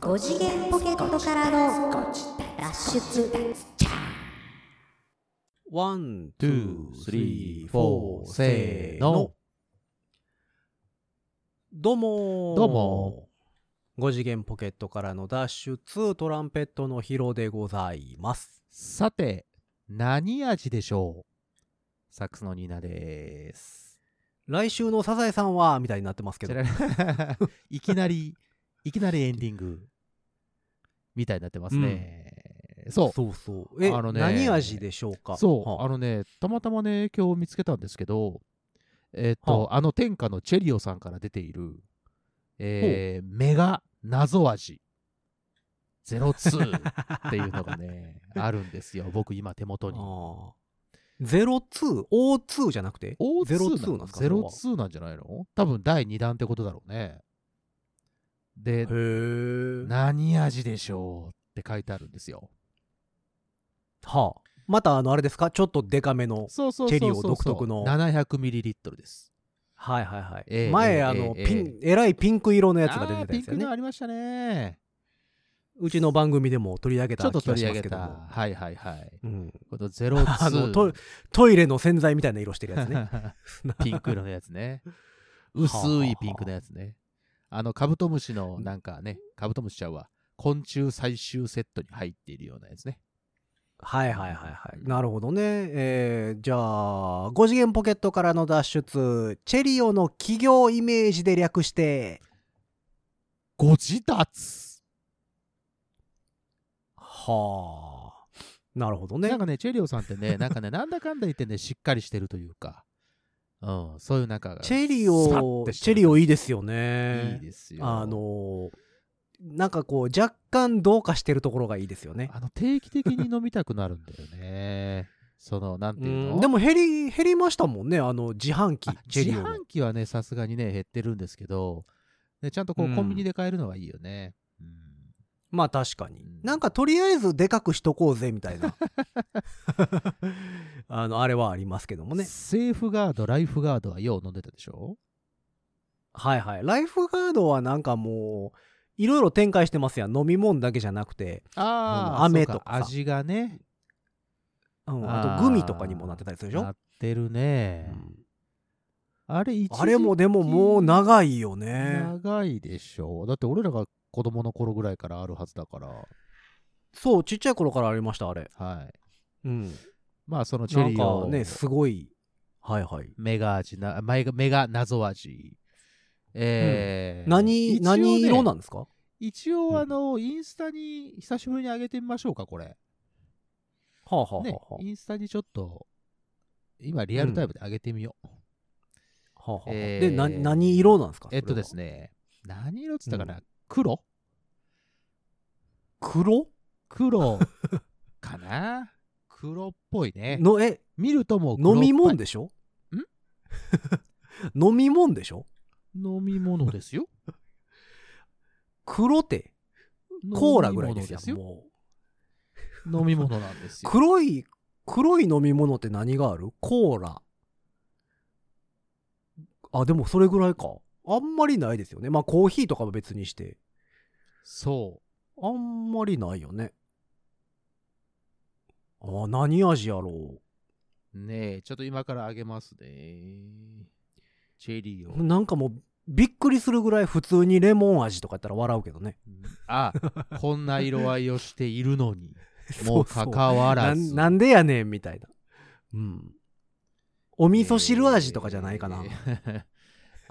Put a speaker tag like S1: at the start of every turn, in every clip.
S1: 5次元ポケットからの脱出
S2: ワン、ツー
S3: two,、
S2: スリー、
S3: three,
S2: フォ
S3: four,
S2: ー、
S3: せ
S2: せー
S3: ーの
S2: の。。どうもー
S3: どうも。
S2: 5次元ポケットからの脱出、トランペットのヒロでございます。
S3: さて、何味でしょうサックスのニーナです。
S2: 来週のサザエさんは、みたいになってますけど
S3: チ。ャラ いきなり、いきなりエンディング、みたいになってますね。そ
S2: そうそう。え、
S3: あのね
S2: 何味でしょう
S3: う。
S2: か
S3: そう。
S2: は
S3: あのね、たまたまね、今日見つけたんですけど、えっと、あの天下のチェリオさんから出ている、えーメガ謎味。02っていうのがね、 あるんですよ。僕今手元に。
S2: あー。02、O2 じゃなくて
S3: おゼロツ
S2: 02
S3: ー
S2: なんですか
S3: ゼロツーなんじゃないの多分第2弾ってことだろうね。で
S2: そ、れはへー。
S3: 何味でしょうって書いてあるんですよ。
S2: はあ。また、あの、あれですかちょっとデカめの。
S3: そうそうそうそう。
S2: チェリオ独特の
S3: 700ml です。
S2: はいはいはい。
S3: ええええ
S2: 前、あの、
S3: ええ
S2: ピン、えらいピンク色のやつが出
S3: あ
S2: て
S3: ー
S2: た
S3: ピ
S2: や
S3: ン
S2: つよ
S3: ク
S2: ね
S3: のあ。りましたね。
S2: うちの番組でも取り上げた
S3: ちょっと
S2: 気が
S3: 取
S2: し
S3: り
S2: ま
S3: 上げ
S2: すけど
S3: た。
S2: も。
S3: はいはいはい。
S2: うん、
S3: このゼロツー
S2: あのトイトイレの洗剤みたいな色してるやつね。
S3: ピンク色のやつ ね。薄いピンクのやつね。あの、カブトムシのなんかね、カブトムシちゃうわ。昆虫最終セットに入っているようなやつね。
S2: はいはいはいはい。なるほどね。えーじゃあ、5次元ポケットからの脱出、チェリオの企業イメージで略して、
S3: ご自立
S2: はあ。なるほどね。
S3: なんかね、チェリオさんってね、なん かね、なんだかんだ言ってね、しっかりしてるというか、うん、そういうなんか、
S2: チェリ
S3: スパッ
S2: オ、
S3: てして
S2: チェ
S3: る
S2: リオいいですよ
S3: いい
S2: ね。
S3: ですよ。
S2: あ、のーなんかこう、若干どうかしてるところがいいですよね。
S3: あの定期的に飲みたくなるんだよね。その、なんて
S2: う
S3: いうの
S2: んでも減り、減りましたもんね。あの、自販機
S3: あ、
S2: チェ
S3: 自
S2: リオの。
S3: 販機はね、さすがにね、減ってるんですけど、ね、ちゃんとこ
S2: うん
S3: う、コンビニで買えるのがいいよね。うん
S2: まあ確かに
S3: うん。
S2: なんかとりあえずでかくしとこうぜみたい な。あの、あれはありますけどもね。
S3: セーフガード、ライフガードはよう飲んでたでしょ
S2: はいはい。ライフガードはなんかもう、いろいろ展開してますやん。飲み物だけじゃなくて、
S3: あ
S2: うん
S3: あ、
S2: 飴
S3: そう
S2: とかさ
S3: 味がね、
S2: うん
S3: あ
S2: あ
S3: ー
S2: とグミとかにもなってたりするでしょ
S3: な。ってるね。
S2: うん
S3: あれ、一時
S2: あれもでももう長いよね。
S3: 長いでしょう。だって俺らが子供の頃ぐらいからあるはずだから。
S2: そう、ちっちゃい頃からありました、あれ。
S3: はい。
S2: うん。
S3: まあそのチ
S2: な
S3: ェ
S2: ん
S3: リー
S2: か
S3: を、
S2: ね、すごい。はいはい。
S3: メガ味な、メガメガ謎味。えー
S2: 何、
S3: 一応ね
S2: 何色なんですか
S3: 一応あの、インスタに久しぶりに上げてみましょうか、これ。
S2: はあはあは
S3: ね
S2: あ、は
S3: インスタにちょっと、今リアルタイムで上げてみよう。
S2: あはあはあ。
S3: えー
S2: で、な何色なんですか
S3: えっとです
S2: ね。
S3: ね、何色っつったかな、
S2: う
S3: 黒
S2: 黒
S3: 黒かな黒っぽいね。
S2: の、え、
S3: 見るともう黒っ
S2: 飲
S3: ぽ
S2: み
S3: い
S2: 物でしょ
S3: ん
S2: 飲み物でしょ
S3: 飲み物ですよ。
S2: 黒って コーラぐらいですよも
S3: 飲み物なんです
S2: う
S3: よ。
S2: 黒い黒い飲み物って何があるコーラあでもそれぐらいかあんまりないですよねまあコーヒーとかは別にして
S3: そ
S2: あんまりないよねあ何味やろ
S3: う。ねえ、ちょっと今からあげますね。チェリーを。
S2: うなんかもうびっくりするぐらい普通にレモン味とかやったら笑うけどね、
S3: あ、こんな色合いをしているのに もうかかわら
S2: な
S3: ず。
S2: んなんでやねんみたいな。うん。お味噌汁味とかじゃないかな。
S3: えー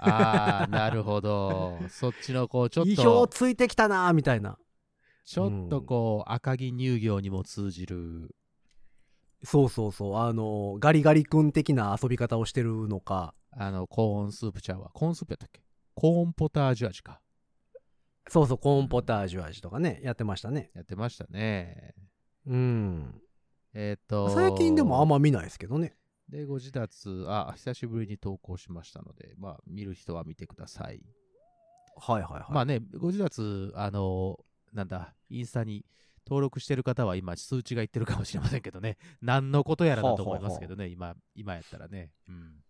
S3: ああ、なるほど。そっちのこう、ちょっ
S2: 意表
S3: と、
S2: ついてきたなみたいな。
S3: ちょっとこう、赤城乳業にも通じる。
S2: そうそうそう。あの、ガリガリ君的な遊び方をしてるのか。
S3: あの、コーンスープちゃうわ。コーンスープやったっけコーンポタージュ味か。
S2: そうそう、コーンポタージュ味とかね、やってましたね。
S3: やってましたね。
S2: うん。
S3: えっ、と。
S2: 最近でもあんま見ないですけどね。
S3: で、ご自立、あ、久しぶりに投稿しましたので、まあ、見る人は見てください。
S2: はいはいはい。
S3: まあね、ご自立、あの、なんだ、インスタに登録してる方は今、数値がいってるかもしれませんけどね、 何のことやらだと思いますけどね、今、今やったらね、うん。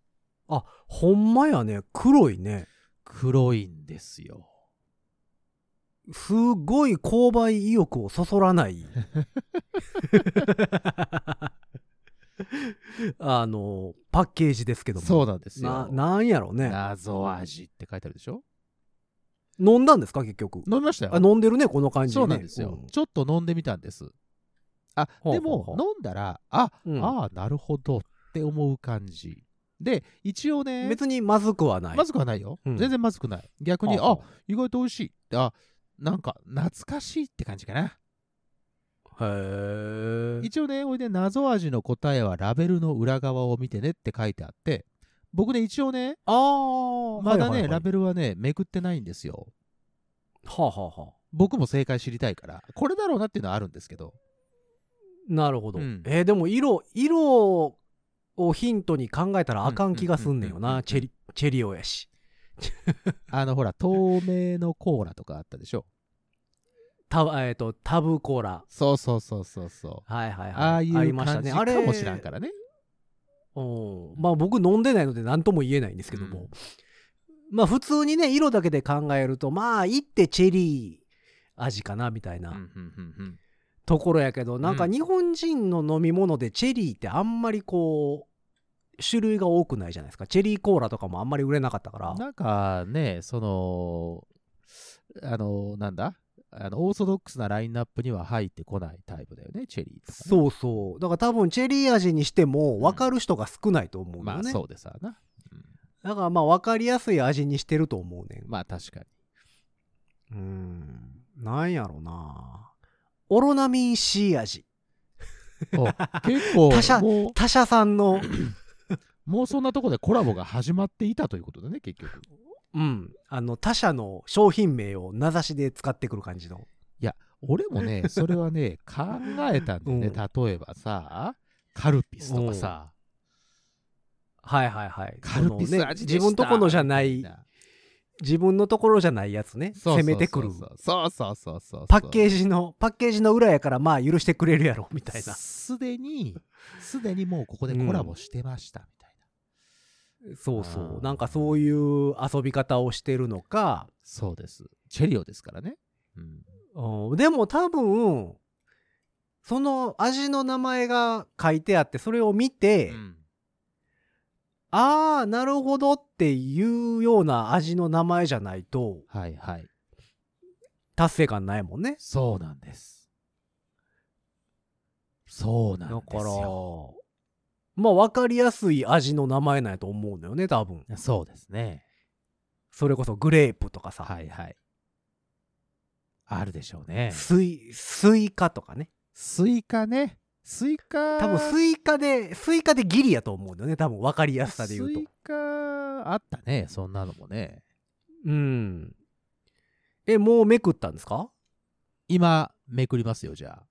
S2: あ、ほんまやね。黒いね。
S3: 黒いんですよ。
S2: すごい購買意欲をそそらない あのパッケージですけども
S3: そうなんです
S2: な
S3: よ。
S2: なんやろうね
S3: 謎味って書いてあるでしょ
S2: 飲んだんですか結局
S3: 飲みましたよ。
S2: あ飲んでるねこの感じね
S3: そうなんですよ、ちょっと飲んでみたんです。あ
S2: ほう
S3: で
S2: ほうほ
S3: も
S2: う
S3: 飲んだら、あ、
S2: うん
S3: あーなるほどって思う感じ。で、一応
S2: う
S3: ね、
S2: ん別にまずくはない
S3: まずくはないよ。
S2: うん
S3: 全然まずくない。逆に、
S2: は
S3: あ意外と美味しい。あなんか懐かしいって感じかな。
S2: あへえ
S3: 一応ね、おいで謎味の答えはラベルの裏側を見てねって書いてあって、僕ね、一応ね、
S2: あー
S3: まだね、
S2: はいはいはい
S3: ラベルはね、めくってないんですよ。
S2: はあはあはあ
S3: 僕も正解知りたいから、これだろうなっていうのはあるんですけど、
S2: なるほど、
S3: うん
S2: えーでも色色をヒントに考えたらあかん気がすんねんよ
S3: うんうんうんうんうん
S2: なチェリチェリオやし
S3: あの、ほら、透明のコーラとかあったでしょ。
S2: タ,、えー、とタブコーラ
S3: そうそうそうそうそう。
S2: はいはいはい
S3: ああい
S2: り
S3: う
S2: ました
S3: 感
S2: ねあ
S3: じか
S2: れ
S3: もしらんからね。
S2: うんまあ僕飲んでないので何とも言えないんですけども、
S3: うん
S2: まあ普通にね色だけで考えるとまあいってチェリー味かなみたい
S3: うん
S2: な
S3: うんうんうん
S2: ところやけど、なんか
S3: うん
S2: 日本人の飲み物でチェリーってあんまりこう種類が多くないじゃないですかチェリーコーラとかもあんまり売れなかったから
S3: なんかね、その、あの、なんだあのオーソドックスなラインナップには入ってこないタイプだよね、チェリーとかね、
S2: そうそうだから多分チェリー味にしても分かる人が少ないと思うよね、
S3: まあそうでさな。うん
S2: だからまあ分かりやすい味にしてると思うねん
S3: まあ確かに。
S2: うーんなんやろなオロナミン C 味
S3: お 結構
S2: 他社
S3: もう、
S2: 他社さんの
S3: もうそんなとこでコラボが始まっていたということだね、結局。
S2: うんあの他社の商品名を名指しで使ってくる感じの
S3: 俺もね、それはね、考えたんだよね、
S2: うん
S3: 例えばさ、カルピスとかさ、
S2: はいはいはい
S3: カルピ
S2: そ
S3: ス
S2: のね
S3: 味でした
S2: 自分とこのじゃない
S3: みたな
S2: 自分のところじゃないやつね
S3: そうそうそうそう
S2: 攻めてくる
S3: そうそうそうそう。
S2: パッケ
S3: ジ
S2: ージのパッケージの裏やからまあ許してくれるやろみたいな
S3: すでに、すでにもうここでコラボしてました、みたいな。
S2: そうそ
S3: あ
S2: う
S3: ー
S2: なんかそういう遊び方をしてるのか、
S3: そうです。チェリオですからね。うん、
S2: うん、でも多分その味の名前が書いてあってそれを見て、ああなるほどっていうような味の名前じゃないと
S3: はいはい。
S2: 達成感ないもんね
S3: そうなんです。そうな
S2: だ
S3: んで
S2: か
S3: す
S2: ら
S3: よ。
S2: まあ分かりやすい味の名前なんやと思うのよね多分
S3: そうですね。
S2: それこそグレープとかさ、
S3: はいはい。あるでしょうね。
S2: スイスイカとかね
S3: スイカね。スイカ。
S2: 多分スイカでスイカでギリやと思うのよね多分分かりやすさで言うと
S3: スイカあったね。そんなのもね。
S2: うん。え、もうめくったんですか
S3: 今、めくりますよ、じゃあ。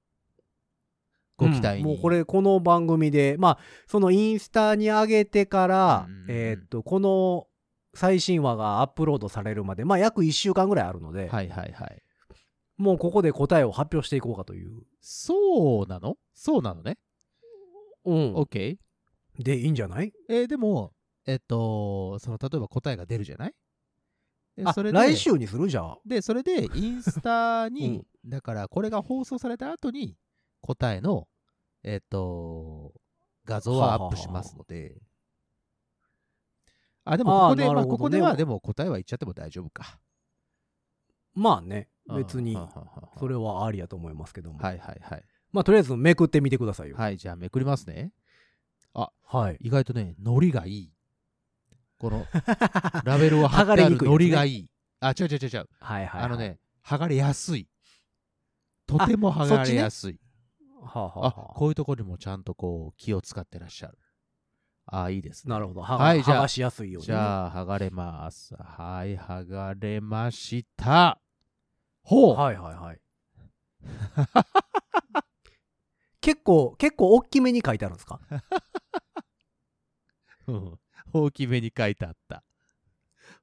S3: ご期待に。
S2: うんもうこれ、この番組で、まあ、そのインスタに上げてから、
S3: うんうんうん
S2: えーっと、この最新話がアップロードされるまで、まあ、約1週間ぐらいあるので、
S3: はいはいはい。
S2: もうここで答えを発表していこうかという。
S3: そうなのそうなのね。
S2: うん
S3: オッケー。
S2: で、いいんじゃない
S3: えーでも、えっと、その例えば答えが出るじゃないで
S2: あ
S3: それで
S2: 来週にするじゃあ。
S3: で、それでインスタに
S2: に、
S3: だからこれが放送された後に答えの、えっと、画像はアップしますので。あ、でもここで、
S2: あーな
S3: ま
S2: る
S3: あ、
S2: ほどね
S3: ここでは、でも答えは言っちゃっても大丈夫か。
S2: まあね、
S3: うん
S2: 別に
S3: は、ははは
S2: それはありやと思いますけども。
S3: はいはいはい。
S2: まあ、とりあえずめくってみてくださいよ。
S3: はい、じゃあめくりますね。
S2: はい。
S3: 意外とね、ノリがいい。この、 ラベルを貼っ
S2: 剥が
S3: て
S2: れ
S3: あ
S2: に
S3: る
S2: くいやつね
S3: ノリがいい。あ、違う違う違う違う。
S2: はいはい。
S3: あの。ね、剥がれやすい。とても剥
S2: そ
S3: が
S2: っち
S3: れ
S2: ね
S3: やすい。
S2: はあ、はあ
S3: あ
S2: はあ
S3: こういうところにもちゃんとこう気を使ってらっしゃる。あいいですね。
S2: なるほど。はが,、
S3: はいじゃあ
S2: はがしやすいように
S3: じ
S2: ね、
S3: ゃあ、剥がれます。はい、剥がれました。ほう、
S2: はいはいはい。 結構、結構大きめに書いてあるんですか
S3: うん大きめに書いてあった。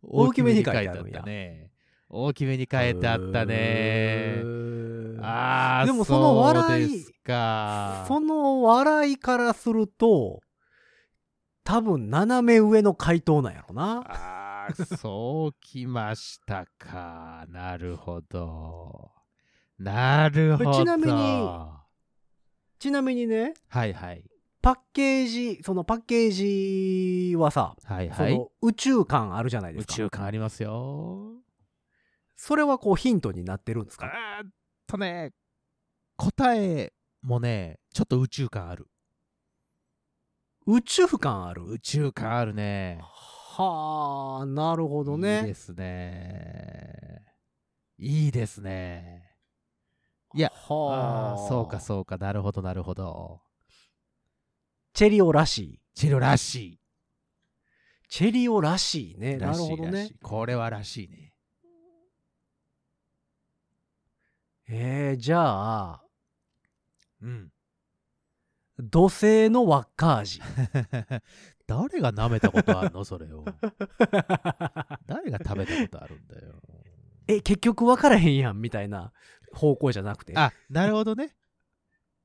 S2: 大きめに書いてある
S3: 大
S2: ん
S3: きめに書いて
S2: や
S3: ったね。大きめに書いてあったね
S2: う。ーん
S3: ああ、
S2: でもその笑
S3: そう
S2: い
S3: ですか。
S2: その笑いからすると、多分 斜め上の回答なんやろな。
S3: ああ、そうきましたか。あー、なるほど。なるほど。
S2: ちなみに
S3: は
S2: ちなみにね
S3: いはい。
S2: パッケージそのパッケージはさ
S3: はい
S2: そ
S3: はい。
S2: の宇宙感あるじゃないで
S3: 宇
S2: すか、
S3: 宙感ありますよ。
S2: それはこうヒントになってるんですか
S3: あーっとね、答えもね、ちょっと宇宙感ある。
S2: 宇宙感ある
S3: 宇宙感あるね。
S2: はあなるほど
S3: いい
S2: ね
S3: ですね。いいですね。いや
S2: は
S3: ああー、そうかそうか。なるほどなるほど。
S2: チェリオらしい
S3: チェロらし
S2: チェリオらしい
S3: い。
S2: ねな
S3: ら
S2: る
S3: しい
S2: ほど
S3: ら
S2: ね
S3: しいこれはらしいね。
S2: えー、じゃあ
S3: うん。
S2: 土星のワッカー ジ
S3: 誰が舐めたことあるのそれを。誰が食べたことあるんだよ。
S2: え結局分からへんやんみたいな方向じゃなくて
S3: あ、なるほどね。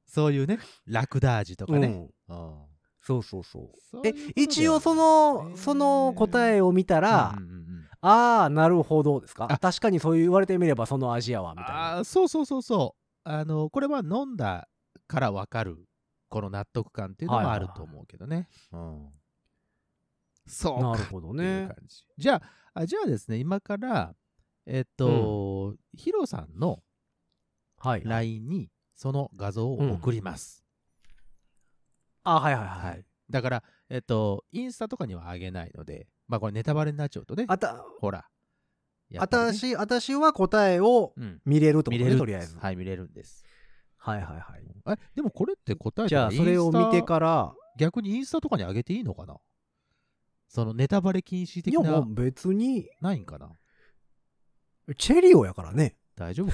S3: そういうね、ラクダ味とか
S2: う
S3: ね。
S2: ん、
S3: うん
S2: そうそうそう
S3: そうい
S2: え
S3: うことだよね
S2: 一応その、
S3: ね
S2: その答えを見たら、
S3: うんうんうん
S2: ああなるほどですか
S3: あ
S2: 確かにそう言われてみればそのアジアはみたい
S3: あ
S2: な
S3: あーそうそうそうそうあのこれは飲んだから分かるこの納得感っていうの
S2: はい
S3: も
S2: は
S3: あ
S2: いは
S3: る
S2: い
S3: と思うけどね、うんそう
S2: な
S3: か
S2: るほど
S3: っていう
S2: ね
S3: 感じじゃああじゃあですね今からえっと、ヒロさんの
S2: はい、
S3: LINE にその画像を送ります、
S2: あはいはいはい、
S3: はいだからえっとインスタとかにはあげないのでまあこれネタバレになっちゃうとね
S2: あた
S3: ほらやっぱりね
S2: 私私は答えを
S3: うん
S2: 見れるってこと
S3: 見
S2: ね
S3: れるんです
S2: とりあえず
S3: はい見れるんです
S2: はいはいはい
S3: えでもこれって答え
S2: じゃあ
S3: とか
S2: それを
S3: インス
S2: 見
S3: タ
S2: てから
S3: 逆にインスタとかに上げていいのかなそのネタバレ禁止
S2: い
S3: 的
S2: やも
S3: な
S2: う別に
S3: ないんかな
S2: チェリオやからね
S3: 大丈夫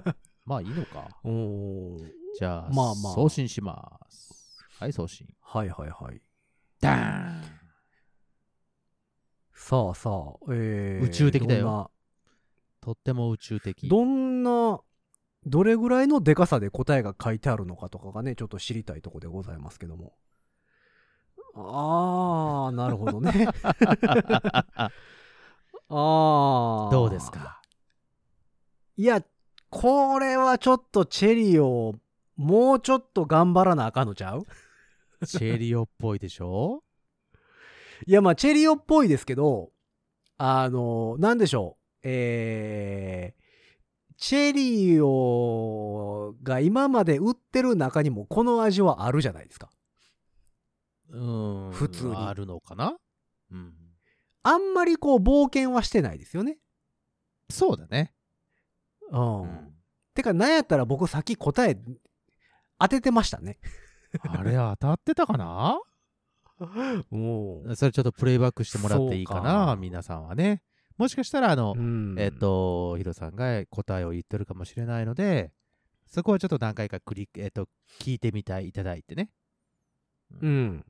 S3: なまあいいのか
S2: おー
S3: じゃあ,、
S2: まあまあ
S3: 送信しますはい送信
S2: はいはいはい
S3: ダーン
S2: さあさあえー、
S3: 宇宙的だよとっても宇宙的
S2: どんなどんなどれぐらいのでかさで答えが書いてあるのかとかがねちょっと知りたいとこでございますけどもあーなるほど ねああ
S3: どうですか
S2: いや、これはちょっとチェリオ、もうちょっと頑張らなあかんのちゃう
S3: チェリオっぽいでしょ
S2: いや、まあ、チェリオっぽいですけど、あの、なんでしょう。えー、チェリオが今まで売ってる中にもこの味はあるじゃないですか。
S3: うーん
S2: 普通に
S3: あるのかなうん
S2: あんまりこう冒険はしてないですよね。
S3: そうだね、
S2: うん。
S3: うん
S2: てか、なんやったら僕さっき答え当ててましたね。
S3: あれ当たってたかな
S2: も
S3: それちょっとプレイバックしてもらっていいか
S2: そう
S3: な
S2: か
S3: 皆さんはねもしかしたらあの、
S2: ん
S3: えっ、、とヒロさんが答えを言ってるかもしれないのでそこはちょっと何回かクリック、えっと聞いてみたいいただいてね
S2: うん。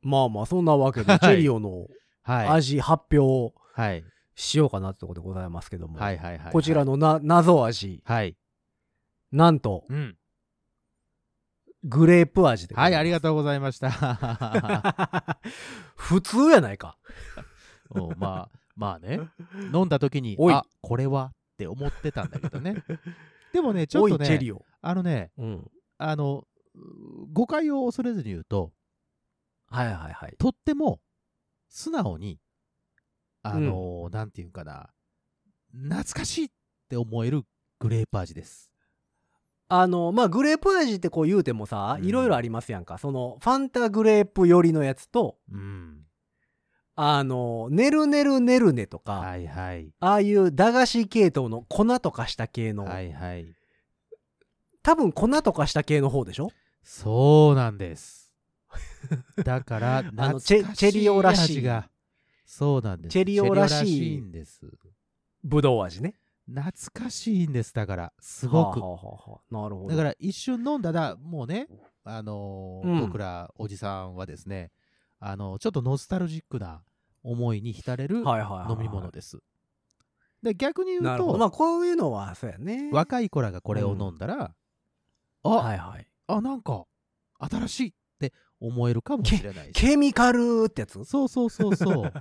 S2: まあまあ、そんなわけで、
S3: はい
S2: チェリオの
S3: はい
S2: 味発表
S3: はい
S2: しようかなってとこでございますけども、
S3: はいはいはい
S2: こちら
S3: の
S2: のな謎味、
S3: はい
S2: なんと、
S3: うん
S2: グレープ味で
S3: はいあり
S2: が
S3: がとうございました
S2: う。 普通やないか。
S3: お まあまあね飲んだ時に
S2: おい
S3: あこれはって思ってたんだけ どねでもねちょ
S2: お
S3: っ
S2: い、
S3: と
S2: チェ
S3: ね
S2: リオ。
S3: あのね
S2: うん。
S3: あのう誤解を恐れずに言うと
S2: はいはいはい。
S3: とっても素直にあのーなんていうんかな懐かしいって思えるグレープ味です
S2: あの、まあ、グレープ味ってこう言うてもさ、
S3: うん
S2: いろいろありますやんか。その、ファンタグレープ寄りのやつと、
S3: うん
S2: あの、ねるねるねるねとか、
S3: はいはい
S2: ああいう駄菓子系統の粉とかした系の、
S3: はいはい
S2: 多分粉とかした系の方でしょ
S3: そうなんです だから懐かし
S2: チ
S3: い
S2: ェチェリオらしい
S3: 味がそうなんです
S2: チェリオらしい
S3: チェリオらしいんです
S2: ぶどう味ね。
S3: 懐かしいんですだからすごく
S2: はあはあはあなるほど。
S3: だから一瞬飲んだらもうね、あのー
S2: うん
S3: 僕らおじさんはですね、あのちょっとノスタルジックな思いに浸れる飲
S2: はいはいはいはい
S3: み物です。で逆に言
S2: な
S3: う
S2: るほど。ま
S3: と、
S2: あこういうのはそうやね。
S3: 若い子らがこれを飲んだら、あ、
S2: はいはい。
S3: あなんか新しいって思えるかもしれないし
S2: ケミカルってやつ
S3: そうそうそうそう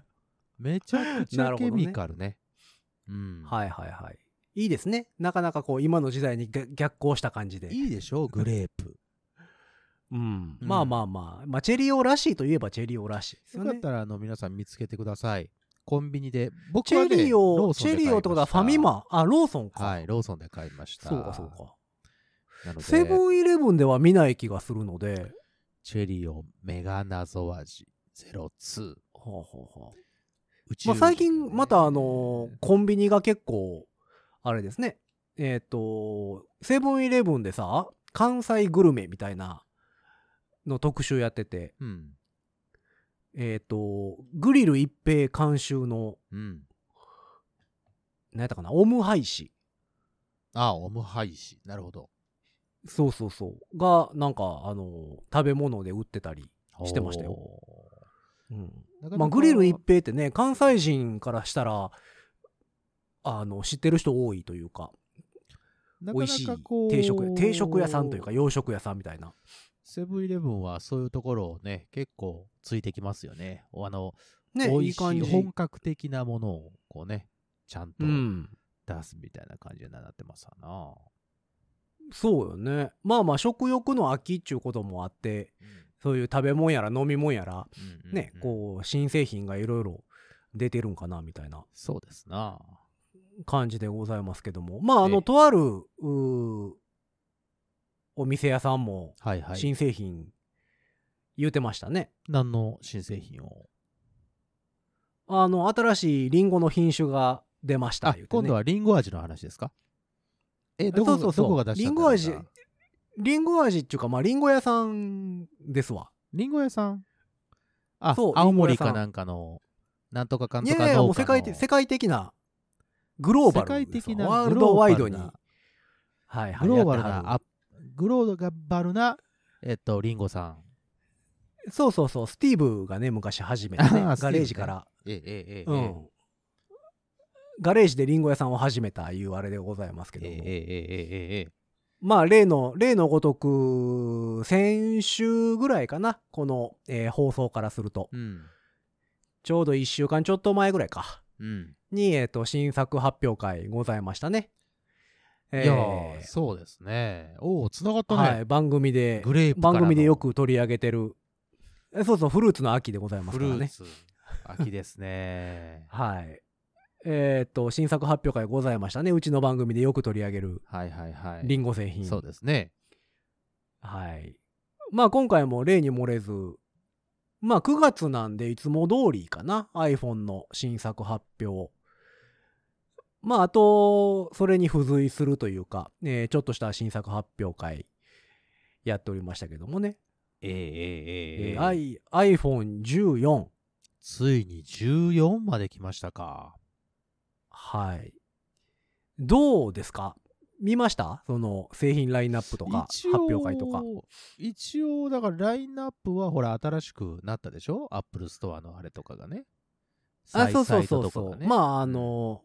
S3: めちゃくち
S2: な
S3: ゃ
S2: るほ
S3: ケ
S2: どね
S3: ミカルねうん
S2: はいはいはい。いいですね。なかなかこう、今の時代に逆逆行した感じで。
S3: いいでしょう、グレープ。
S2: うん。まあまあまあ。まあ、チェリオらしいといえばチェリオらしいです
S3: よ
S2: よ
S3: かっ
S2: ね。
S3: たら、あの、皆さん見つけてください。コンビニで。僕
S2: チ
S3: は
S2: ェ
S3: ね、
S2: リ
S3: ロ
S2: オ、
S3: ーソ
S2: チ
S3: ン
S2: ェ
S3: で買いました
S2: リオってことはファミ。マ。あ、ローソンか。
S3: はい、ローソンで買いました。
S2: そうかそうか。
S3: なので、
S2: セブンイレブンでは見ない気がするので。
S3: チェリオメガ謎味02。
S2: ほうほうほう
S3: うち
S2: まあ、最近またあのーコンビニが結構あれですねえっ、とセブンイレブンでさ関西グルメみたいなの特集やってて
S3: うん。
S2: えっ、とグリル一平監修の
S3: うん。
S2: 何やったかなオムハイシ
S3: あ、オムハイシ。なるほど。
S2: そうそうそうがなんかあのー食べ物で売ってたり、 してましたよ
S3: お
S2: うん
S3: ー。なかなか
S2: まあ、グリル一平ってね関西人からしたらあの知ってる人多いというか
S3: なか
S2: 美
S3: な
S2: 味しい
S3: かこう
S2: 定食屋定食屋さんというか洋食屋さんみたいな
S3: セブンイレブンはそういうところをね、結構ついてきますよね。あの、
S2: ね
S3: 美味
S2: いい
S3: しい
S2: 感じ
S3: 本格的なものをこうね、ちゃんと
S2: うん
S3: 出すみたいな感じになってますわな。
S2: そうよねまあまあ食欲の秋っちゅうこともあってそういう食べ物やら飲み物やら
S3: うん
S2: ね、
S3: うんうん
S2: こう新製品がいろいろ出てるんかなみたいな
S3: そうですな。
S2: 感じでございますけどもまああ
S3: え
S2: の
S3: え
S2: とあるうーお店屋さんも
S3: はいはい。
S2: 新製品言うてましたね、
S3: 何の新製品を。
S2: あの新しいリンゴの品種が出ました
S3: あ
S2: 言う、てね
S3: 今度はリンゴ味の話ですかえ、ど
S2: そうそ
S3: こ
S2: うそう
S3: どこが出した
S2: リン
S3: んだ
S2: ゴ
S3: ろうな
S2: 味リンゴ味っちゅうかまあリンゴ屋さんですわ
S3: リンゴ屋さんあ、
S2: そう
S3: 青森
S2: リンゴ屋さ
S3: か
S2: ん
S3: なんかの、なんとかか
S2: い
S3: んと
S2: や
S3: か
S2: い
S3: の
S2: やいやもう世界的世界的なグローバルです
S3: 世界
S2: よ
S3: 的な
S2: ワールドワイドに
S3: グローバルな
S2: はいはい
S3: グローバル
S2: やって
S3: な、
S2: は
S3: あグローバルな、えっと、リンゴさん。
S2: るそうそうそうスティーブがね昔始めてね
S3: あーステ
S2: ガ
S3: ィーブね
S2: レージから、
S3: ええええええ
S2: うんガレージでリンゴ屋さんを始めたいうあれでございますけど
S3: え
S2: も、
S3: ええええええええ
S2: まあ例の例のごとく先週ぐらいかなこの、えー放送からすると
S3: うん。
S2: ちょうど1週間ちょっと前ぐらいか
S3: うん。
S2: に、えー、と新作発表会ございましたね、えー
S3: いやー、そうですね。おお、つながった
S2: は
S3: ね。
S2: い、番組で
S3: グレープから
S2: 番
S3: の
S2: 組でよく取り上げてるえそうそうフルーツの秋でございます
S3: フ
S2: か
S3: ル
S2: ら
S3: ー
S2: ね。
S3: ツ。秋ですね
S2: はいえーっと新作発表会ございましたねうちの番組でよく取り上げる
S3: はいはいはい。
S2: リンゴ製品、
S3: そうですね。
S2: はいまあ今回も例に漏れずまあ9月なんでいつも通りかな iPhone の新作発表まああとそれに付随するというか、えーちょっとした新作発表会やっておりましたけどもね
S3: えええええええ
S2: え
S3: え
S2: ー i- iPhone14。
S3: ついに14まで来ましたか。
S2: はい。どうですか見ましたその製品ラインナップとか発
S3: 一応
S2: 表会とか。
S3: 一応、だからラインナップはほら、新しくなったでしょアップルストアのあれとかがね。
S2: あ、
S3: サイ
S2: そうそう
S3: サイ
S2: そ
S3: ト
S2: う
S3: とか
S2: そ
S3: が
S2: う。
S3: ね
S2: まああの、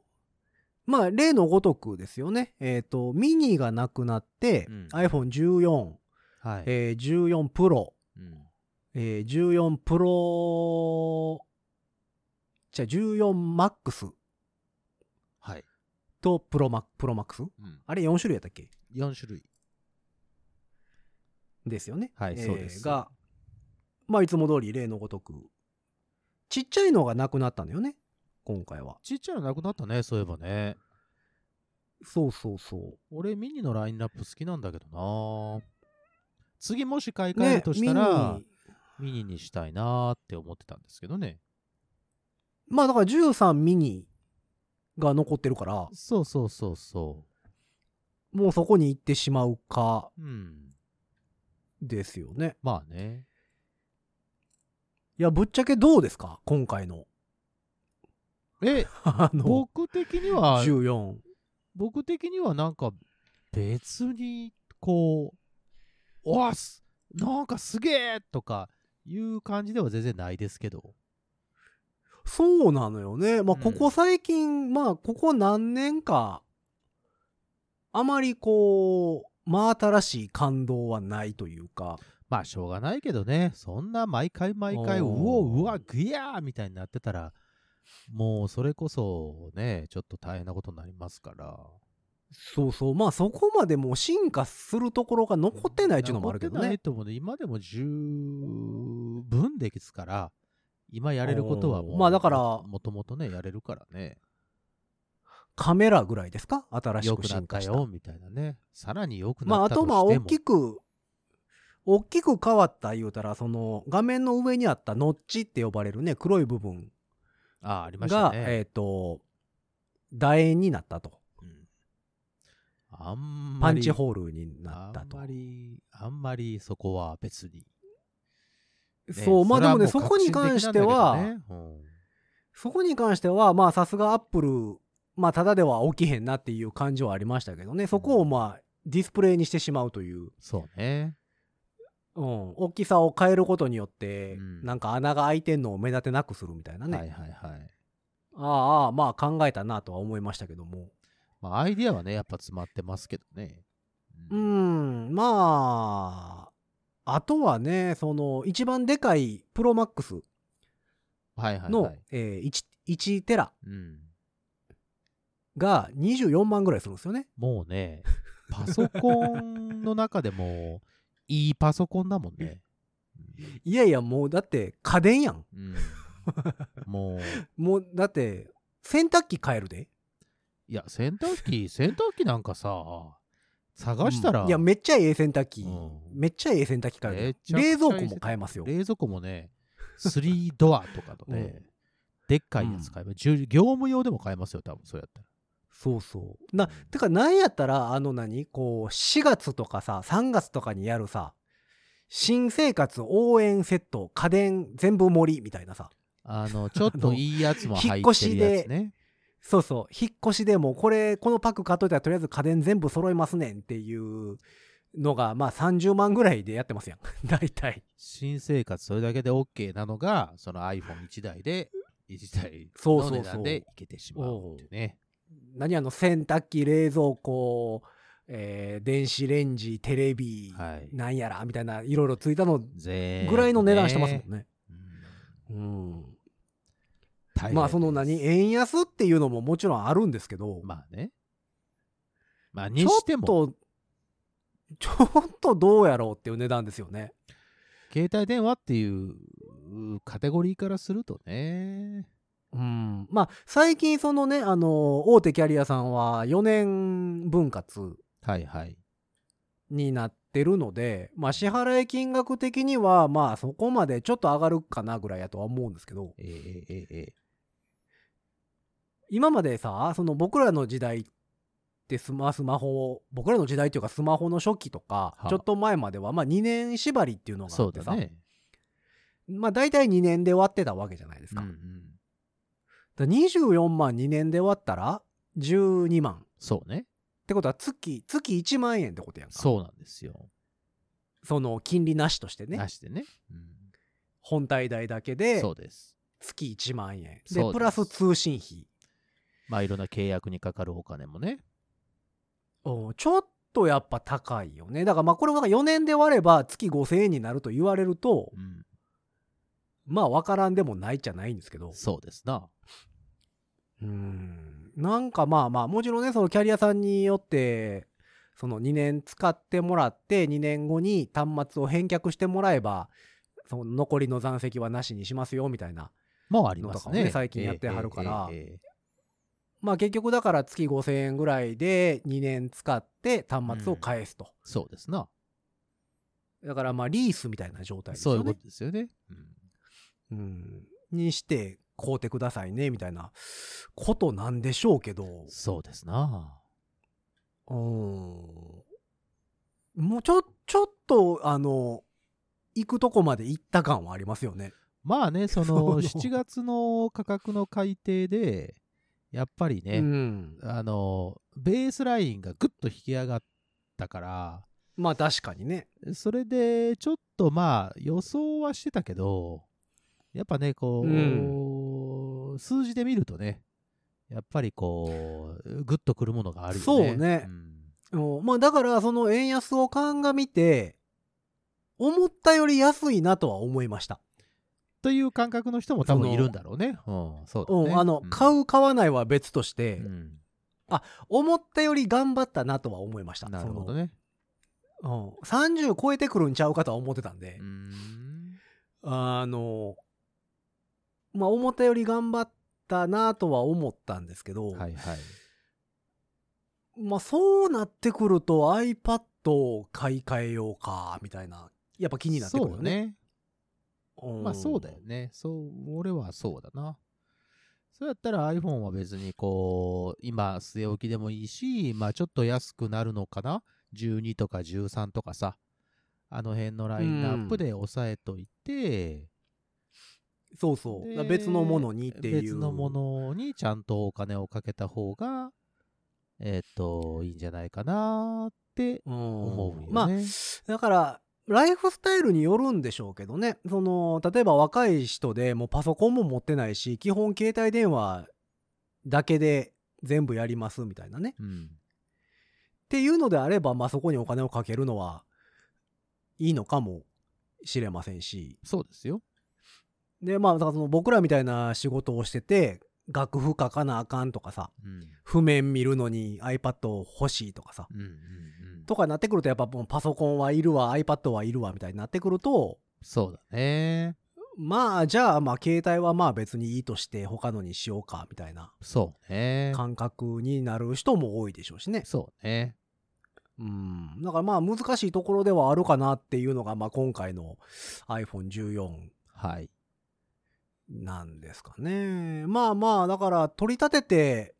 S2: まあ例のごとくですよね。えっ、と、ミニがなくなって、
S3: うん
S2: iPhone14、
S3: はい。
S2: えー、14 Pro、
S3: うん
S2: えー、14 Pro、じゃあ14 Max
S3: はい。
S2: と Pro Max, Pro Max
S3: うん
S2: あれ4種類やったっけ
S3: 4種類。
S2: ですよね。
S3: はいそうです
S2: が、まあ、いつも通り例のごとく、ちっちゃいのがなくなったんだよね、今回は。
S3: ちっちゃいのなくなったね、そういえばね。
S2: そうそうそう。
S3: 俺、ミニのラインナップ好きなんだけどな。次もし買い替えるとしたら、
S2: ミニ
S3: ミニにしたいなーって思ってたんですけどね。
S2: まあ、だから13ミニが残ってるから、
S3: そうそうそうそ
S2: もうそこに行ってしまうか、
S3: う。うん。
S2: ですよね。
S3: まあね。
S2: いや、ぶっちゃけどうですか今回の。
S3: え、
S2: あの、
S3: 僕的には、
S2: 14。
S3: 僕的にはなんか別にこう「おわすなんかすげえ!」とかいう感じでは全然ないですけど
S2: そうなのよね。まあ、
S3: うん
S2: ここ最近、まあ、ここ何年か、あまりこう、真新しい感動はないというか。
S3: まあしょうがないけどねそんな毎回毎回「う
S2: おー
S3: おうわぐやー!」みたいになってたらもうそれこそね、ちょっと大変なことになりますから。
S2: そうそう。まあそこまでもう進化するところが残ってないっていうのもあるけど
S3: 残ってない
S2: ね。
S3: と思うね。今でも十分ですから、今やれることはも
S2: お
S3: う、
S2: ーまあだから
S3: もともとね、やれるからね、
S2: カメラぐらいですか新し
S3: 良
S2: く
S3: くなっ
S2: 進化
S3: た
S2: した。
S3: よ、みたいなね。さらに良く
S2: まあ
S3: な
S2: あ
S3: ったとして
S2: と
S3: も。
S2: まあ大きく、大きく変わった言うたら、その画面の上にあったノッチって呼ばれるね、黒い部分
S3: ああ、ありました
S2: が、
S3: ね。
S2: えっと、楕円になったと。
S3: うんあんま
S2: パ
S3: り
S2: ンチホールになったと
S3: あんま。り、あんまりそこは別に。ね
S2: そう、まあでもね、そ
S3: れは
S2: こ
S3: う
S2: に関して
S3: 革
S2: は、
S3: 新的なんだけどね
S2: そこに関しては、まあさすがアップル、まあただでは起きへんなっていう感じはありましたけどね、そこをまあディスプレイにしてしまうという、
S3: うんそうね。
S2: うん、大きさを変えることによって、
S3: うん
S2: なんか穴が開いてんのを目立てなくするみたいなね。
S3: はいはいはい。
S2: ああああ、まあ考えたなとは思いましたけども。
S3: まあ、アイディアはね、やっぱ詰まってますけどね。
S2: う。ん、まあ、あとはね、その一番でかいプロマックス
S3: はいはい
S2: の、
S3: はい。
S2: えー 1, 1テラ
S3: うん。
S2: が24万ぐらいするんですよね。
S3: もうね、パソコンの中でも、いいパソコンだもんね。
S2: いやいや、もうだって家電やん。
S3: うん。もう、
S2: もうだって洗濯機買えるで。
S3: いや、洗 濯機、洗濯機なんかさ、探したら、
S2: うんいやめっちゃええ洗濯機、
S3: うん
S2: めっちゃええ洗濯機買え
S3: めっ
S2: る
S3: ち
S2: で
S3: ゃくちゃ
S2: 冷蔵庫も買えますよ
S3: 冷蔵庫もね、3ドアとかとね、
S2: うん
S3: でっかいやつ買えば、じゅ業務用でも買えますよ、多分そうやったら。
S2: そうそうなてかなんやったらあの何こう4月とかさ3月とかにやるさ新生活応援セット家電全部盛りみたいなさ
S3: あの、ちょっといいやつも入
S2: 引っ
S3: っ
S2: 越
S3: て
S2: し
S3: る
S2: で
S3: やつね。
S2: そうそう引っ越しでもこれこのパック買っといたらとりあえず家電全部揃いますねんっていうのがまあ30万ぐらいでやってますやん 大体
S3: 新生活それだけで OK なのが、その iPhone1 台で、1台
S2: そうそう
S3: の
S2: そう
S3: 値段でいけてしまうっていうね。
S2: 何あの洗濯機冷蔵庫、えー電子レンジテレビ、
S3: はい。
S2: なんやらみたいないろいろついたの
S3: ぜ
S2: ぐらいの値段してますもんね。
S3: うん
S2: うん
S3: 大変
S2: まあその何円安っていうのももちろんあるんですけど、
S3: まあね。まあ、に
S2: ちょ
S3: して
S2: っ
S3: も、
S2: とちょっとどうやろうっていう値段ですよね。
S3: 携帯電話っていうカテゴリーからするとね。
S2: うん、まあ最近そのねあの大手キャリアさんは4年分割
S3: はいはい。
S2: になってるので、まあ、支払い金額的にはまあそこまでちょっと上がるかなぐらいやとは思うんですけど、
S3: えー、えー、えー
S2: 今までさその僕らの時代ってスマスマホを僕らの時代っていうかスマホの初期とか
S3: は
S2: ちょっと前まではまあ2年縛りっていうのがあ
S3: そ
S2: っ
S3: う
S2: て
S3: だ
S2: さ、
S3: ね。
S2: まあ大体2年で割ってたわけじゃないですか,、
S3: うんう
S2: だか
S3: ん
S2: ら24万2年で割ったら12万っ
S3: そうね。
S2: てことは月月1万円ってことやんか
S3: そうなんですよ。
S2: その金利なしとしてね
S3: なしでね。うん
S2: 本体代だけで
S3: そうです。
S2: 月1万円で
S3: そうです
S2: プラス通信費
S3: まあいろんな契約にかかるお金もね。
S2: うんちょっとやっぱ高いよねだからまあこれは4年で割れば月5000円になると言われると、
S3: うん
S2: まあ分からんでもないじゃないんですけど
S3: そうですな。
S2: うんなんかまあまあもちろんねそのキャリアさんによってその2年使ってもらって2年後に端末を返却してもらえばその残りの残席はなしにしますよみたいな
S3: もうあります
S2: のとかも
S3: ね。
S2: ね最近やってはるから
S3: えーえーえー
S2: まあ結局だから月5000円ぐらいで2年使って端末を返すと、
S3: そうですな。
S2: だからまあリースみたいな状態です
S3: そうい
S2: よ
S3: うこ
S2: ね
S3: とですよね。うん
S2: うんにして買うてくださいねみたいなことなんでしょうけど
S3: そうですな。
S2: うーんもうちょ、ちょっと、あの、行くとこまで行った感はありますよね。
S3: まあね、そ
S2: そう
S3: の7月の価格の改定で、やっぱり
S2: う
S3: ね、
S2: ん。
S3: あの、ベースラインがぐっと引き上がったから、
S2: まあ確かにね。
S3: それで、ちょっとまあ、予想はしてたけど、やっぱね、こう、数字で見るとね、やっぱりこう、グッとくるものがあるよね。
S2: そうね
S3: ん
S2: うんまあだから、その円安を鑑みて、思ったより安いなとは思いました。
S3: という感覚の人も多分いるんだろうね。うん、そうだ
S2: う
S3: ね
S2: ん、あの、買う買わないは別として、
S3: うん
S2: 思ったより頑張ったなとは思いました
S3: なるほどね。
S2: その、うん、30超えてくるんちゃうかとは思ってたんで、
S3: うーん
S2: あのまあ思ったより頑張ったなとは思ったんですけど、
S3: はいはい。
S2: まあそうなってくると iPad を買い替えようかみたいなやっぱ気になってくるよ
S3: そう
S2: ね。
S3: ね。
S2: うん
S3: まあそうだよね。そう、俺はそうだな。そうやったら iPhone は別にこう、今据え置きでもいいし、まあちょっと安くなるのかな ?12 とか13とかさ。あの辺のラインナップで抑えといて、
S2: そうそう。
S3: で
S2: だから別のものにっていう。
S3: 別のものにちゃんとお金をかけた方が、えっ、と、いいんじゃないかなって
S2: うん
S3: 思うよね。
S2: まあだからライフスタイルによるんでしょうけどねその例えば若い人でもうパソコンも持ってないし基本携帯電話だけで全部やりますみたいなね
S3: うん、
S2: っていうのであれば、まあ、そこにお金をかけるのはいいのかもしれませんし
S3: そうですよ。
S2: でまあだからその僕らみたいな仕事をしてて楽譜書かなあかんとかさ
S3: うん。うん
S2: 譜面見るのに iPad を欲しいとかさ
S3: うんうん。
S2: とかなってくるとやっぱもうパソコンはいるわ iPad はいるわみたいになってくると
S3: そうだね。
S2: まあじゃあまあ携帯はまあ別にいいとして他のにしようかみたいな
S3: そうね。
S2: 感覚になる人も多いでしょうしね。
S3: そうね。
S2: うん。だからまあ難しいところではあるかなっていうのがまあ今回の iPhone14
S3: はい。
S2: なんですかね。まあまあだから取り立てて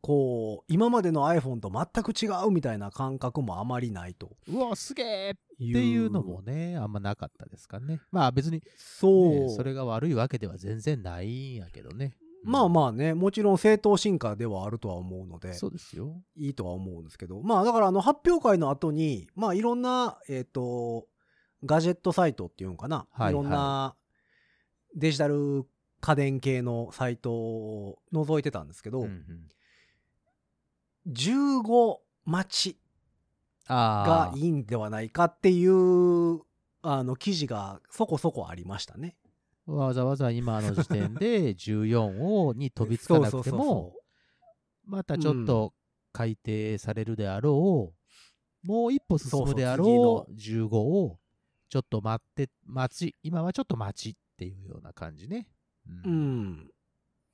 S2: こう今までの iPhone と全く違うみたいな感覚もあまりないと
S3: うわ、すげえっ
S2: いう。
S3: ていうのもね、あんまなかったですかね。まあ別に、ね
S2: そう。
S3: それが悪いわけでは全然ないんやけどね。
S2: まあ
S3: あ。
S2: まあね、もちろん正当進化ではあるとは思うので。
S3: そうですよ。
S2: いいとは思うんですけど、まあだからあの発表会の後に、まあいろんな、えっ、と、ガジェットサイトっていうのかな、
S3: はい
S2: い、ろんなデジタル家電系のサイトを覗いてたんですけど、
S3: うんうん
S2: 15待ち
S3: あ
S2: が
S3: あ
S2: いいんではないかっていう、あの記事がそこそこありましたね。
S3: わざわざ今の時点で 14をに飛びつかなくても、またちょっと改定されるであろう、もう一歩進むであろう15を、ちょっと待って、待ち、今はちょっと待ちっていうような感じね。
S2: う。ん。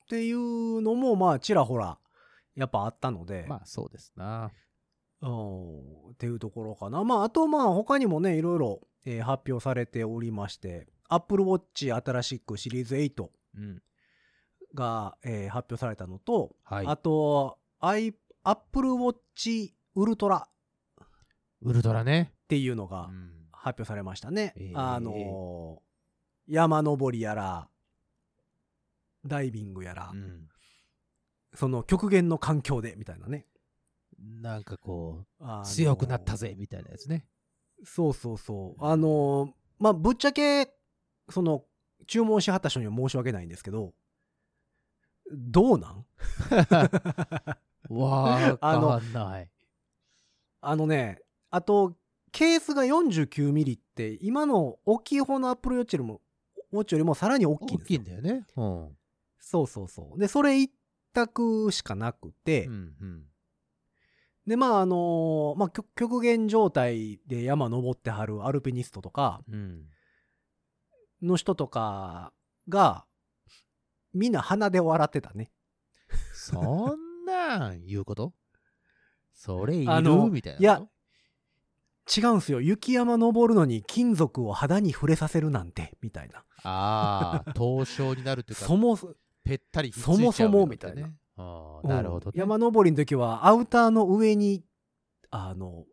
S2: っていうのも、まあちらほら、やっぱあったので。
S3: まあそうですな。
S2: うんっていうところかな。まあ、あとまあ他にもね、いろいろ、えー発表されておりまして、Apple Watch 新しくシリーズ8
S3: うん。
S2: が、えー発表されたのと、
S3: はい。
S2: あと、I、Apple Watch Ultra っ
S3: ウルトラね。
S2: ていうの
S3: う
S2: が
S3: ん
S2: 発表されましたね。
S3: えー
S2: あのー山登りやら、ダイビングやら、
S3: うん
S2: その極限の環境でみたいなね。
S3: なんかこ
S2: あの
S3: う、
S2: ー
S3: 強くなったぜみたいなやつね。
S2: そうそうそう。あのーまあ、ぶっちゃけ、その、注文しはった人には申し訳ないんですけど、どうなん
S3: わ
S2: あの
S3: あ、変わんない。
S2: あのね、あと、ケースが49ミリって、今の大きい方のアップルウォッチよりも、ウォッチよりもさらに大きい
S3: 大
S2: んです
S3: きい
S2: よ
S3: んだよね。うん。うん
S2: そうそうそう。で、それ一択しかなくて、
S3: うん。
S2: で、まあ、あのーまあ、極極限状態で山登ってはるアルピニストとか、
S3: うん。
S2: の人とかが、みんな鼻で笑ってたね。
S3: そんなん言うことそれい
S2: あ
S3: る
S2: の
S3: みたいなこと。
S2: いや違うんすよ雪山登るのに金属を肌に触れさせるなんてみたいな
S3: ああ、凍傷になるというか
S2: そ、もそ
S3: ぺったりひっついちゃうよ
S2: そもそもみたいな
S3: ね。ああ、なるほど、ね。
S2: 山登りの時はアウターの上にあの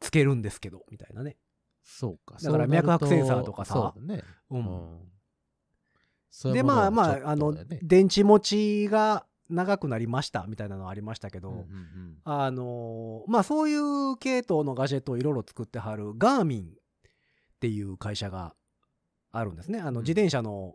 S2: つけるんですけどみたいなね、
S3: そうか。
S2: だから脈拍センサーとかさ
S3: そうなると
S2: うん
S3: そうだね。うん。
S2: でまあまああの、
S3: で、
S2: 電池持ちが長くなりましたみたいなのありましたけど、
S3: うんうんうん
S2: あのまあそういう系統のガジェットをいろいろ作ってはるガーミンっていう会社があるんですねあ
S3: うん
S2: の自転車の、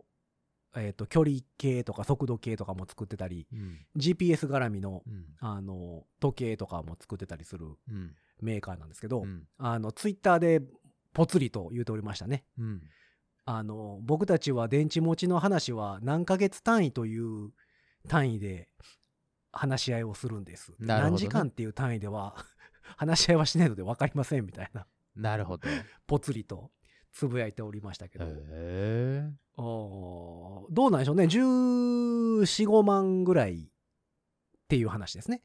S2: えー、と距離計とか速度計とかも作ってたり
S3: うん。
S2: GPS 絡みの
S3: うん。
S2: あの時計とかも作ってたりする
S3: うん。
S2: メーカーなんですけど、
S3: うん。
S2: あのツイッターでポツリと言うておりましたね
S3: うん。
S2: あの、僕たちは電池持ちの話は何ヶ月単位という単位で話し合いをするんです。
S3: なるほどね
S2: 何時間っていう単位では 話し合いはしないので分かりませんみたいな、
S3: なるほど。へ
S2: ぽつりとつぶやいておりましたけど。
S3: え。
S2: あーどうなんでしょうね。14、5万ぐらいっていう話ですね。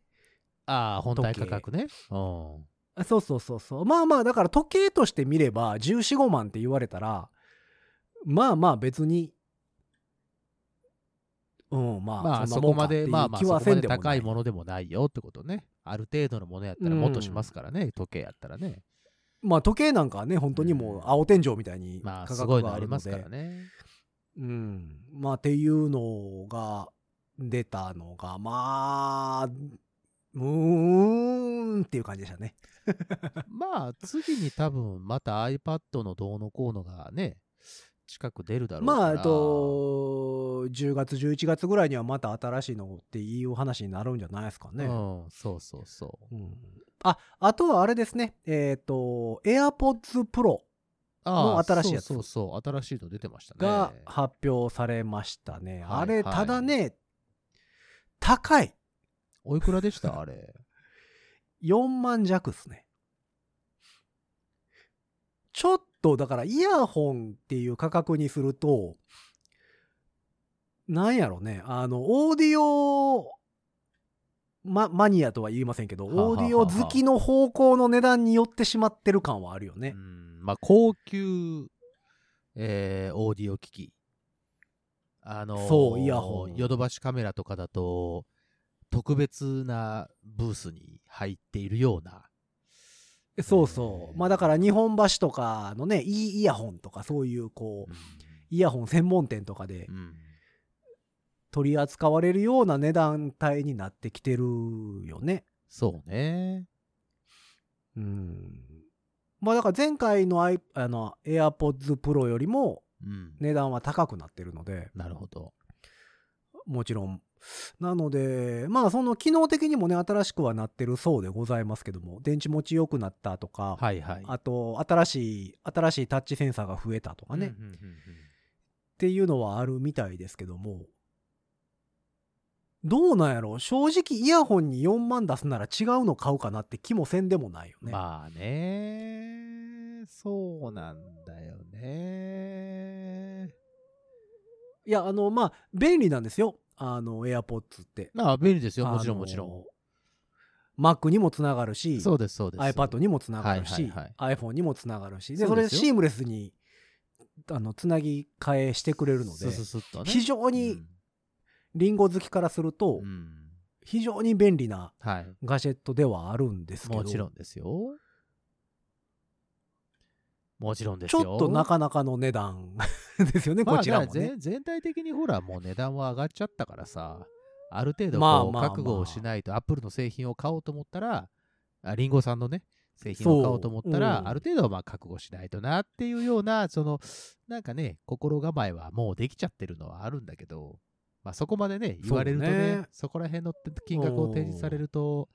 S3: ああ、本体価格ね。うん。
S2: あそうそうそうそう。まあまあ、だから時計として見れば、14、5万って言われたら、まあまあ別に、うん、まあ、
S3: まあ
S2: んな
S3: そ
S2: も
S3: こ
S2: んか
S3: ま
S2: ってい
S3: で、
S2: う
S3: まあまあ
S2: 気
S3: そ
S2: は
S3: こ
S2: せ
S3: ま
S2: ん
S3: で
S2: でもな
S3: 高
S2: い
S3: いものでもないよってことね。ある程度のものやったらもっとしますからね、時計やったらね。
S2: まあ時計なんかはね、本当にもう青天井みたいに
S3: ま
S2: 価
S3: あすご
S2: 格
S3: いの
S2: が
S3: あ
S2: あ
S3: り
S2: る
S3: ま
S2: の
S3: すか
S2: で、
S3: らね。
S2: うん、まあっていうのが出たのが、まあ、うーんっていう感じでしたね。
S3: まあ次に多分また iPad のどうのこうのがね、近く出るだろうから。
S2: まあ、えっ、と、10月、11月ぐらいにはまた新しいのっていう話になるんじゃないですかね。
S3: うん、そうそうそう。
S2: うんあ、あとはあれですね。えっ、と、AirPods Pro
S3: あ
S2: の
S3: あ
S2: 新しいやつ
S3: そうそうそう新しいの出てましたね。
S2: が発表されましたね。
S3: はい
S2: あれ、
S3: はい
S2: ただね、高い。
S3: おいくらでしたあれ。
S2: 4万弱っすね。ちょっと、だから、イヤホンっていう価格にすると、なんやろね、あの、オーディオ、ま、マニアとは言いませんけど、
S3: はあはあは
S2: オ
S3: あ
S2: ーディオ好きの方向の値段によってしまってる感はあるよ
S3: う
S2: ね。
S3: ん、まあ高級、えーオーディオ機器。あのー
S2: そうイヤホン
S3: ヨドバシカメラとかだと、特別なブースに入っているような。
S2: そうそう。まあだから日本橋とかのね、いいイヤホンとかそういうこう、イヤホン専門店とかで
S3: うん
S2: 取り扱われるような値段帯になってきてるよね。
S3: そうね。
S2: うん。まあだから前回のアイあの AirPods Pro よりも
S3: うん。
S2: 値段は高くなってるので、
S3: なるほど。
S2: もちろん。なので、まあその機能的にもね、新しくはなってるそうでございますけども、電池持ち良くなったとか、
S3: はいはい。
S2: あと新しい、新しいタッチセンサーが増えたとかね、
S3: うんうんうんうん
S2: っていうのはあるみたいですけども、どうなんやろ正直イヤホンに4万出すなら違うの買うかなって気もせんでもないよね。
S3: まあね。そうなんだよね。
S2: いや、あの、まあ、便利なんですよ。あの、AirPods って。
S3: まあ便利ですよ。
S2: あの
S3: もちろんもちろん。。
S2: Mac にもつながるし、
S3: そうですそうです。
S2: iPad にもつながるし、
S3: はいはい
S2: iPhone にもつながるし、で、
S3: そ
S2: そうれ
S3: で
S2: です
S3: よ
S2: シームレスに、あの、つなぎ替えしてくれるので、
S3: スススッとね
S2: 非常にリンゴ好きからすると
S3: うん、うん
S2: 非常に便利な
S3: はい。
S2: ガジェットではあるんですけど、
S3: もちろんですよ。もちろんです
S2: ちょ
S3: よ。
S2: っとなかなかの値段 ですよね、
S3: まあ
S2: こちらも
S3: だから
S2: ね。
S3: 全全体的にほら、もう値段は上がっちゃったからさ、ある程度
S2: まあ
S3: こう
S2: まあまあ
S3: 覚悟をしないと、アップルの製品を買おうと思ったら、あリンゴさんのね、製品を買おうと思った
S2: そうう
S3: ら、
S2: ん
S3: ある程度はまあ覚悟しないとなっていうような、その、なんかね、心構えはもうできちゃってるのはあるんだけど、まあそこまでね、言われるとね、
S2: そうね
S3: そこら辺の金額を提示されると、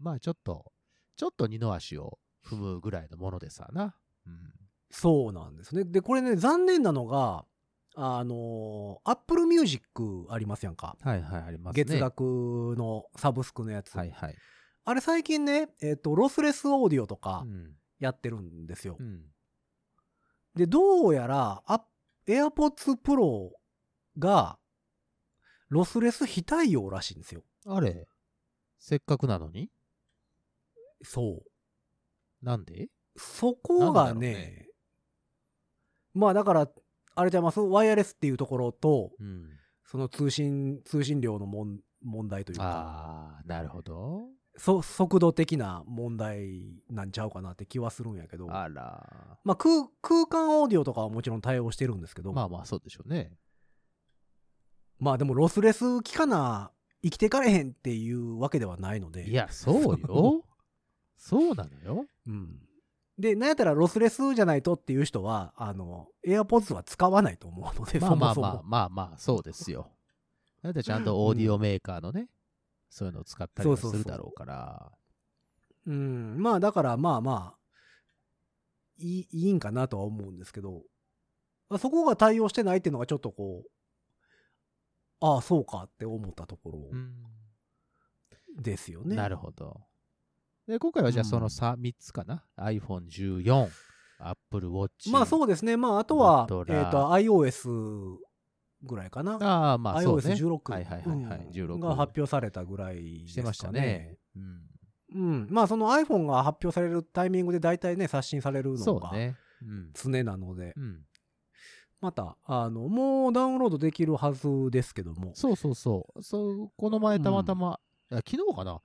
S3: まあちょっと、ちょっと二の足を踏むぐらいのものでさな。うん。
S2: そうなんですね。で、これね、残念なのが、あの、Apple Music ありますやんか。
S3: はいはい、ありますね。
S2: 月額のサブスクのやつ。
S3: はいはい。
S2: あれ最近ね、えっ、と、ロスレスオーディオとか
S3: うん
S2: やってるんですよ。
S3: うん
S2: で、どうやら、あ AirPods Pro が、ロスレス非対応らしいんですよ。
S3: あれせっかくなのに
S2: そう。
S3: なんで
S2: そこが
S3: なん
S2: ね
S3: でだろうね
S2: まあだからあれちゃいますワイヤレスっていうところと
S3: うん。
S2: その通信通信量のもん問題というか
S3: ああ、なるほど。
S2: そ速度的な問題なんちゃうかなって気はするんやけど
S3: あら。
S2: まあ、空空間オーディオとかはもちろん対応してるんですけど、ま
S3: ま
S2: あ、
S3: あまあ、そうでしょうね。
S2: でもロスレス機かな生きてかれへんっていうわけではないので
S3: いや、そ うよ。そうなのよ。
S2: うん、でなんやったらロスレスじゃないとっていう人はあの AirPods は使わないと思うので
S3: まあまあ
S2: そも
S3: ま
S2: そ
S3: あ
S2: も
S3: まあまあ、そうですよ。だってちゃんとオーディオメーカーのね、そういうのを使ったりはす
S2: そうそう
S3: る
S2: そう
S3: だろうから。
S2: うん、まあだからまあまあ、いいいいんかなとは思うんですけど、まあ、そこが対応してないっていうのがちょっとこう、ああ、そうかって思ったところですよね。
S3: なるほど。で、今回はじゃあその3、三つかな ?iPhone14、Apple Watch。
S2: まあそうですね。まああとは、えっ、
S3: マトラー
S2: と、iOS ぐらいかな。
S3: ああ、まあそうね。
S2: iOS16、
S3: はいはいはい、は
S2: う
S3: い
S2: ん
S3: 16
S2: が発表されたぐらいですか、ね、
S3: してましたね。。うん、
S2: うん。まあその iPhone が発表されるタイミングで大体ね、刷新されるの
S3: そう
S2: が
S3: ね。うん。
S2: 常なので、
S3: うん、
S2: また、あの、もうダウンロードできるはずですけども。
S3: そうそうそう。そうこの前たまたま、あ昨日かな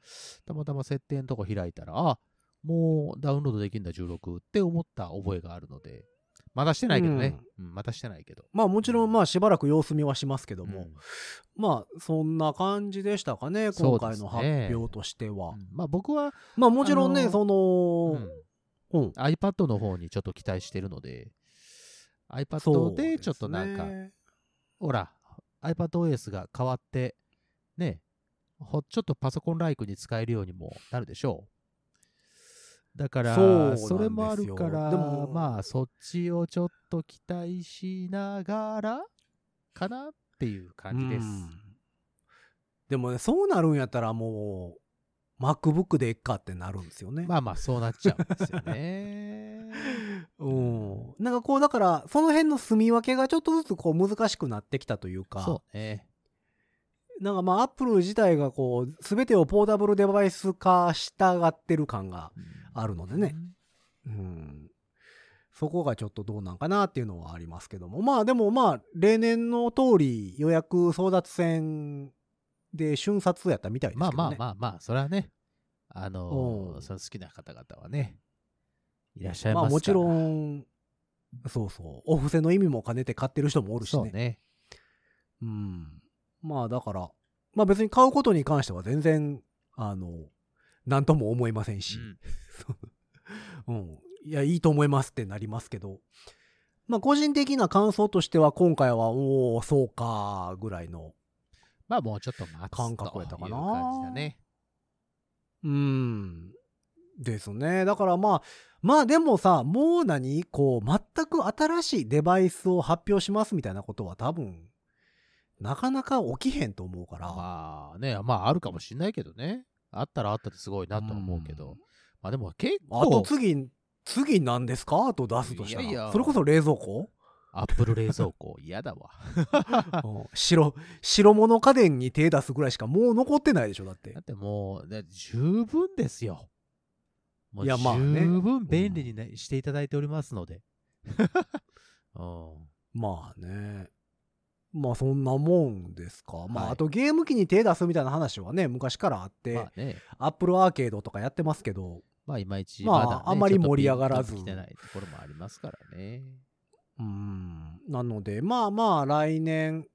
S3: たまたま設定のとこ開いたら、あもうダウンロードできんだ16って思った覚えがあるので、まだしてないけどね。うん、まだしてないけど。
S2: まあもちろん、まあしばらく様子見はしますけども、
S3: うん
S2: まあそんな感じでしたかね、今
S3: そうで
S2: 回
S3: すね
S2: の発表としては。
S3: うんまあ僕は、
S2: まあもちろんね、
S3: あのー
S2: その、
S3: うん
S2: うん、
S3: iPad の方にちょっと期待してるので、
S2: そう
S3: iPad
S2: すね
S3: でちょっとなんか、ほら、iPadOS が変わって、ね、ほちょっとパソコンライクに使えるようにもなるでしょう。だから、
S2: そうなん
S3: そ
S2: ですよ
S3: れもあるから、
S2: でも
S3: まあ、そっちをちょっと期待しながら、かなっていう感じで
S2: う
S3: す。
S2: んでもね、そうなるんやったらもう、MacBook でいっかってなるんですよね。
S3: まあまあ、そうなっちゃうんですよ ね。
S2: うん。なんかこう、だから、その辺の住み分けがちょっとずつこう難しくなってきたというか
S3: そ、うね。
S2: なんかまあ Apple 自体がこう、すべてをポータブルデバイス化したがってる感があるのでね
S3: う。ん。
S2: うん。そこがちょっとどうなんかなっていうのはありますけども。まあでもまあ、例年の通り予約争奪戦で瞬殺やったみたいですけ
S3: ま
S2: ど
S3: あ
S2: ね。
S3: まあまあまあ、それはね、あの
S2: う
S3: ー、
S2: ん
S3: その好きな方々はね、いらっしゃい
S2: ま
S3: ますから。
S2: あもちろん、そうそう、お布施の意味も兼ねて買ってる人もおるし
S3: そう
S2: ね。
S3: ね。
S2: うん。まあだから、まあ別に買うことに関しては全然、あの、なんとも思いませんし、うん、いや、いいと思いますってなりますけど、まあ個人的な感想としては今回は、おおそうか、ぐらいの、
S3: まあもうちょっと待つとい
S2: 感
S3: う
S2: 覚やっ
S3: 感じ
S2: たかな
S3: だね。
S2: うん、ですね。だからまあ、まあでもさ、もう何こう、全く新しいデバイスを発表しますみたいなことは多分、なかなか起きへんと思うから。
S3: まあね、まああるかもしんないけどね。あったらあったですごいなとは思うけど。
S2: うん
S3: まあでも結
S2: あと
S3: 構、
S2: 次、次何ですかあと出すとしたら。
S3: いやいや
S2: それこそ冷蔵 庫
S3: アップル冷蔵庫嫌 だわ。
S2: うん白、白物家電に手出すぐらいしかもう残ってないでしょだって
S3: だ。ってもう、ね十分ですよ。もう
S2: い
S3: 十
S2: やまあね
S3: 分便利にねしていただいております ので。うん
S2: まあね。まあそんなもんですか。ま
S3: は
S2: あ
S3: い
S2: あとゲーム機に手出すみたいな話はね、昔からあって、
S3: まあね、
S2: Apple アーケードとかやってますけど、
S3: まあいまいち
S2: まあ
S3: だね、
S2: あんまり盛り上がらず
S3: 来てないところもありますからね。
S2: うん。なので、まあまあ来年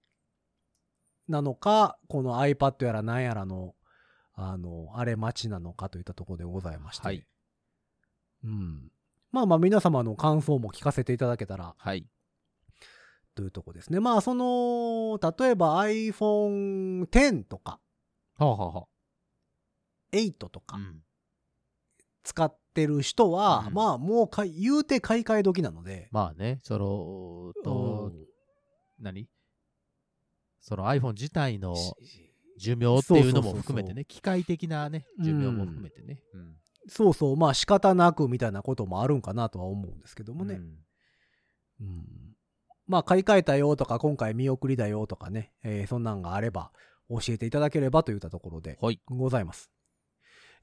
S2: なのか、この iPad やらなんやらの、あの、あれ待ちなのかといったところでございまして。
S3: はい。
S2: うん。まあまあ皆様の感想も聞かせていただけたら
S3: はい。
S2: というとこですね。まあその、例えば iPhone X とか
S3: はあ、はあは
S2: 8と
S3: あ、
S2: か
S3: うん
S2: 使ってる人は、
S3: うん
S2: まあもうかい言うて買い替え時なので、
S3: まあね、その、おーと何その iPhone 自体の
S2: し
S3: 寿命っていうの
S2: そうそ
S3: も含めて
S2: うそうそ
S3: ね、機械的なね、寿命も含めてね。うん
S2: そうそう、まあ仕方なくみたいなこともあるんかなとは思うんですけどもね。
S3: うん
S2: うんまあ買い替えたよとか今回見送りだよとかね、えーそんなんがあれば教えていただければといったところで
S3: はい。
S2: ございます。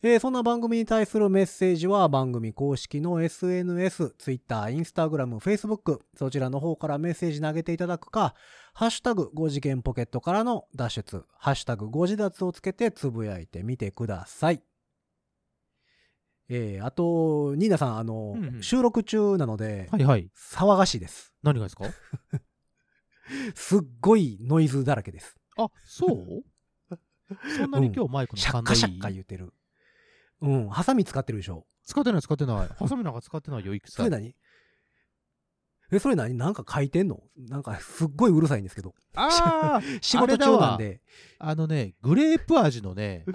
S2: えーそんな番組に対するメッセージは番組公式の SNS、Twitter、Instagram、Facebook、そちらの方からメッセージ投げていただくか、ハッシュタグ5次元ポケットからの脱出、ハッシュタグ5次脱をつけてつぶやいてみてください。えーあと、ニーナさん、あの、
S3: うんうん
S2: 収録中なので、
S3: はいはい。
S2: 騒がしいです。
S3: 何がですか
S2: すっごいノイズだらけです。
S3: あ、 そうそんなに今日マイクの
S2: シャッ
S3: 感
S2: カ
S3: 度いい
S2: シャッカ言うてる。うん、ハサミ使ってるでしょ。
S3: 使ってない使ってない。ハサミなんか使ってないよ、いく
S2: そ
S3: さ
S2: れ。何え、それ何なんか書いてんのなんかすっごいうるさいんですけど。
S3: あ ー
S2: 仕事中なんで。
S3: あのね、グレープ味のね、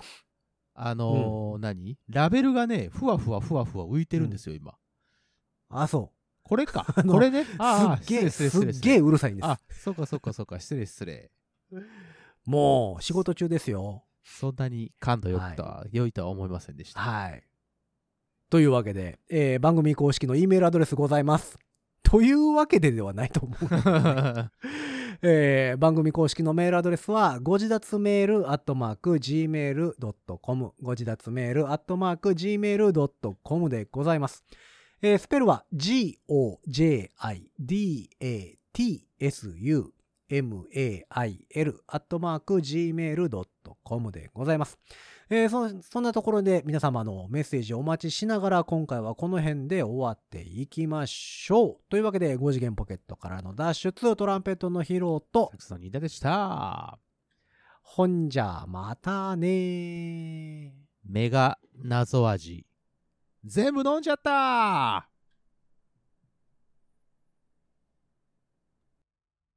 S3: あのー何ラベルがね、ふわふわふわふわ浮いてるんですよ、今。
S2: あ、そ
S3: これか。
S2: の
S3: これね。ああ、
S2: すっげえ、
S3: 失礼
S2: す
S3: 失礼
S2: っ
S3: 失
S2: げえ
S3: 礼。
S2: うるさいんです
S3: あ。、そうかそうかそうか。失礼失礼。
S2: もう、仕事中ですよ。
S3: そんなに感度良くとは、良いとは思いませんでした。
S2: はい。というわけで、えー番組公式の E メールアドレスございます。というわけでではないと思う。 えー番組公式のメールアドレスは、ご自立メールアットマーク gmail.com、ご自立メールアットマーク gmail.com でございます。えースペルは g-o-j-i-d-a-t-s-u-m-a-i-l アットマーク gmail.com でございます。えーそそんなところで皆様のメッセージをお待ちしながら今回はこの辺で終わっていきましょうというわけで5次元ポケットからの脱出トランペットの披露と
S3: サックスのニーダでした。
S2: ほんじゃまたねー
S3: メガ謎味。全部飲んじゃった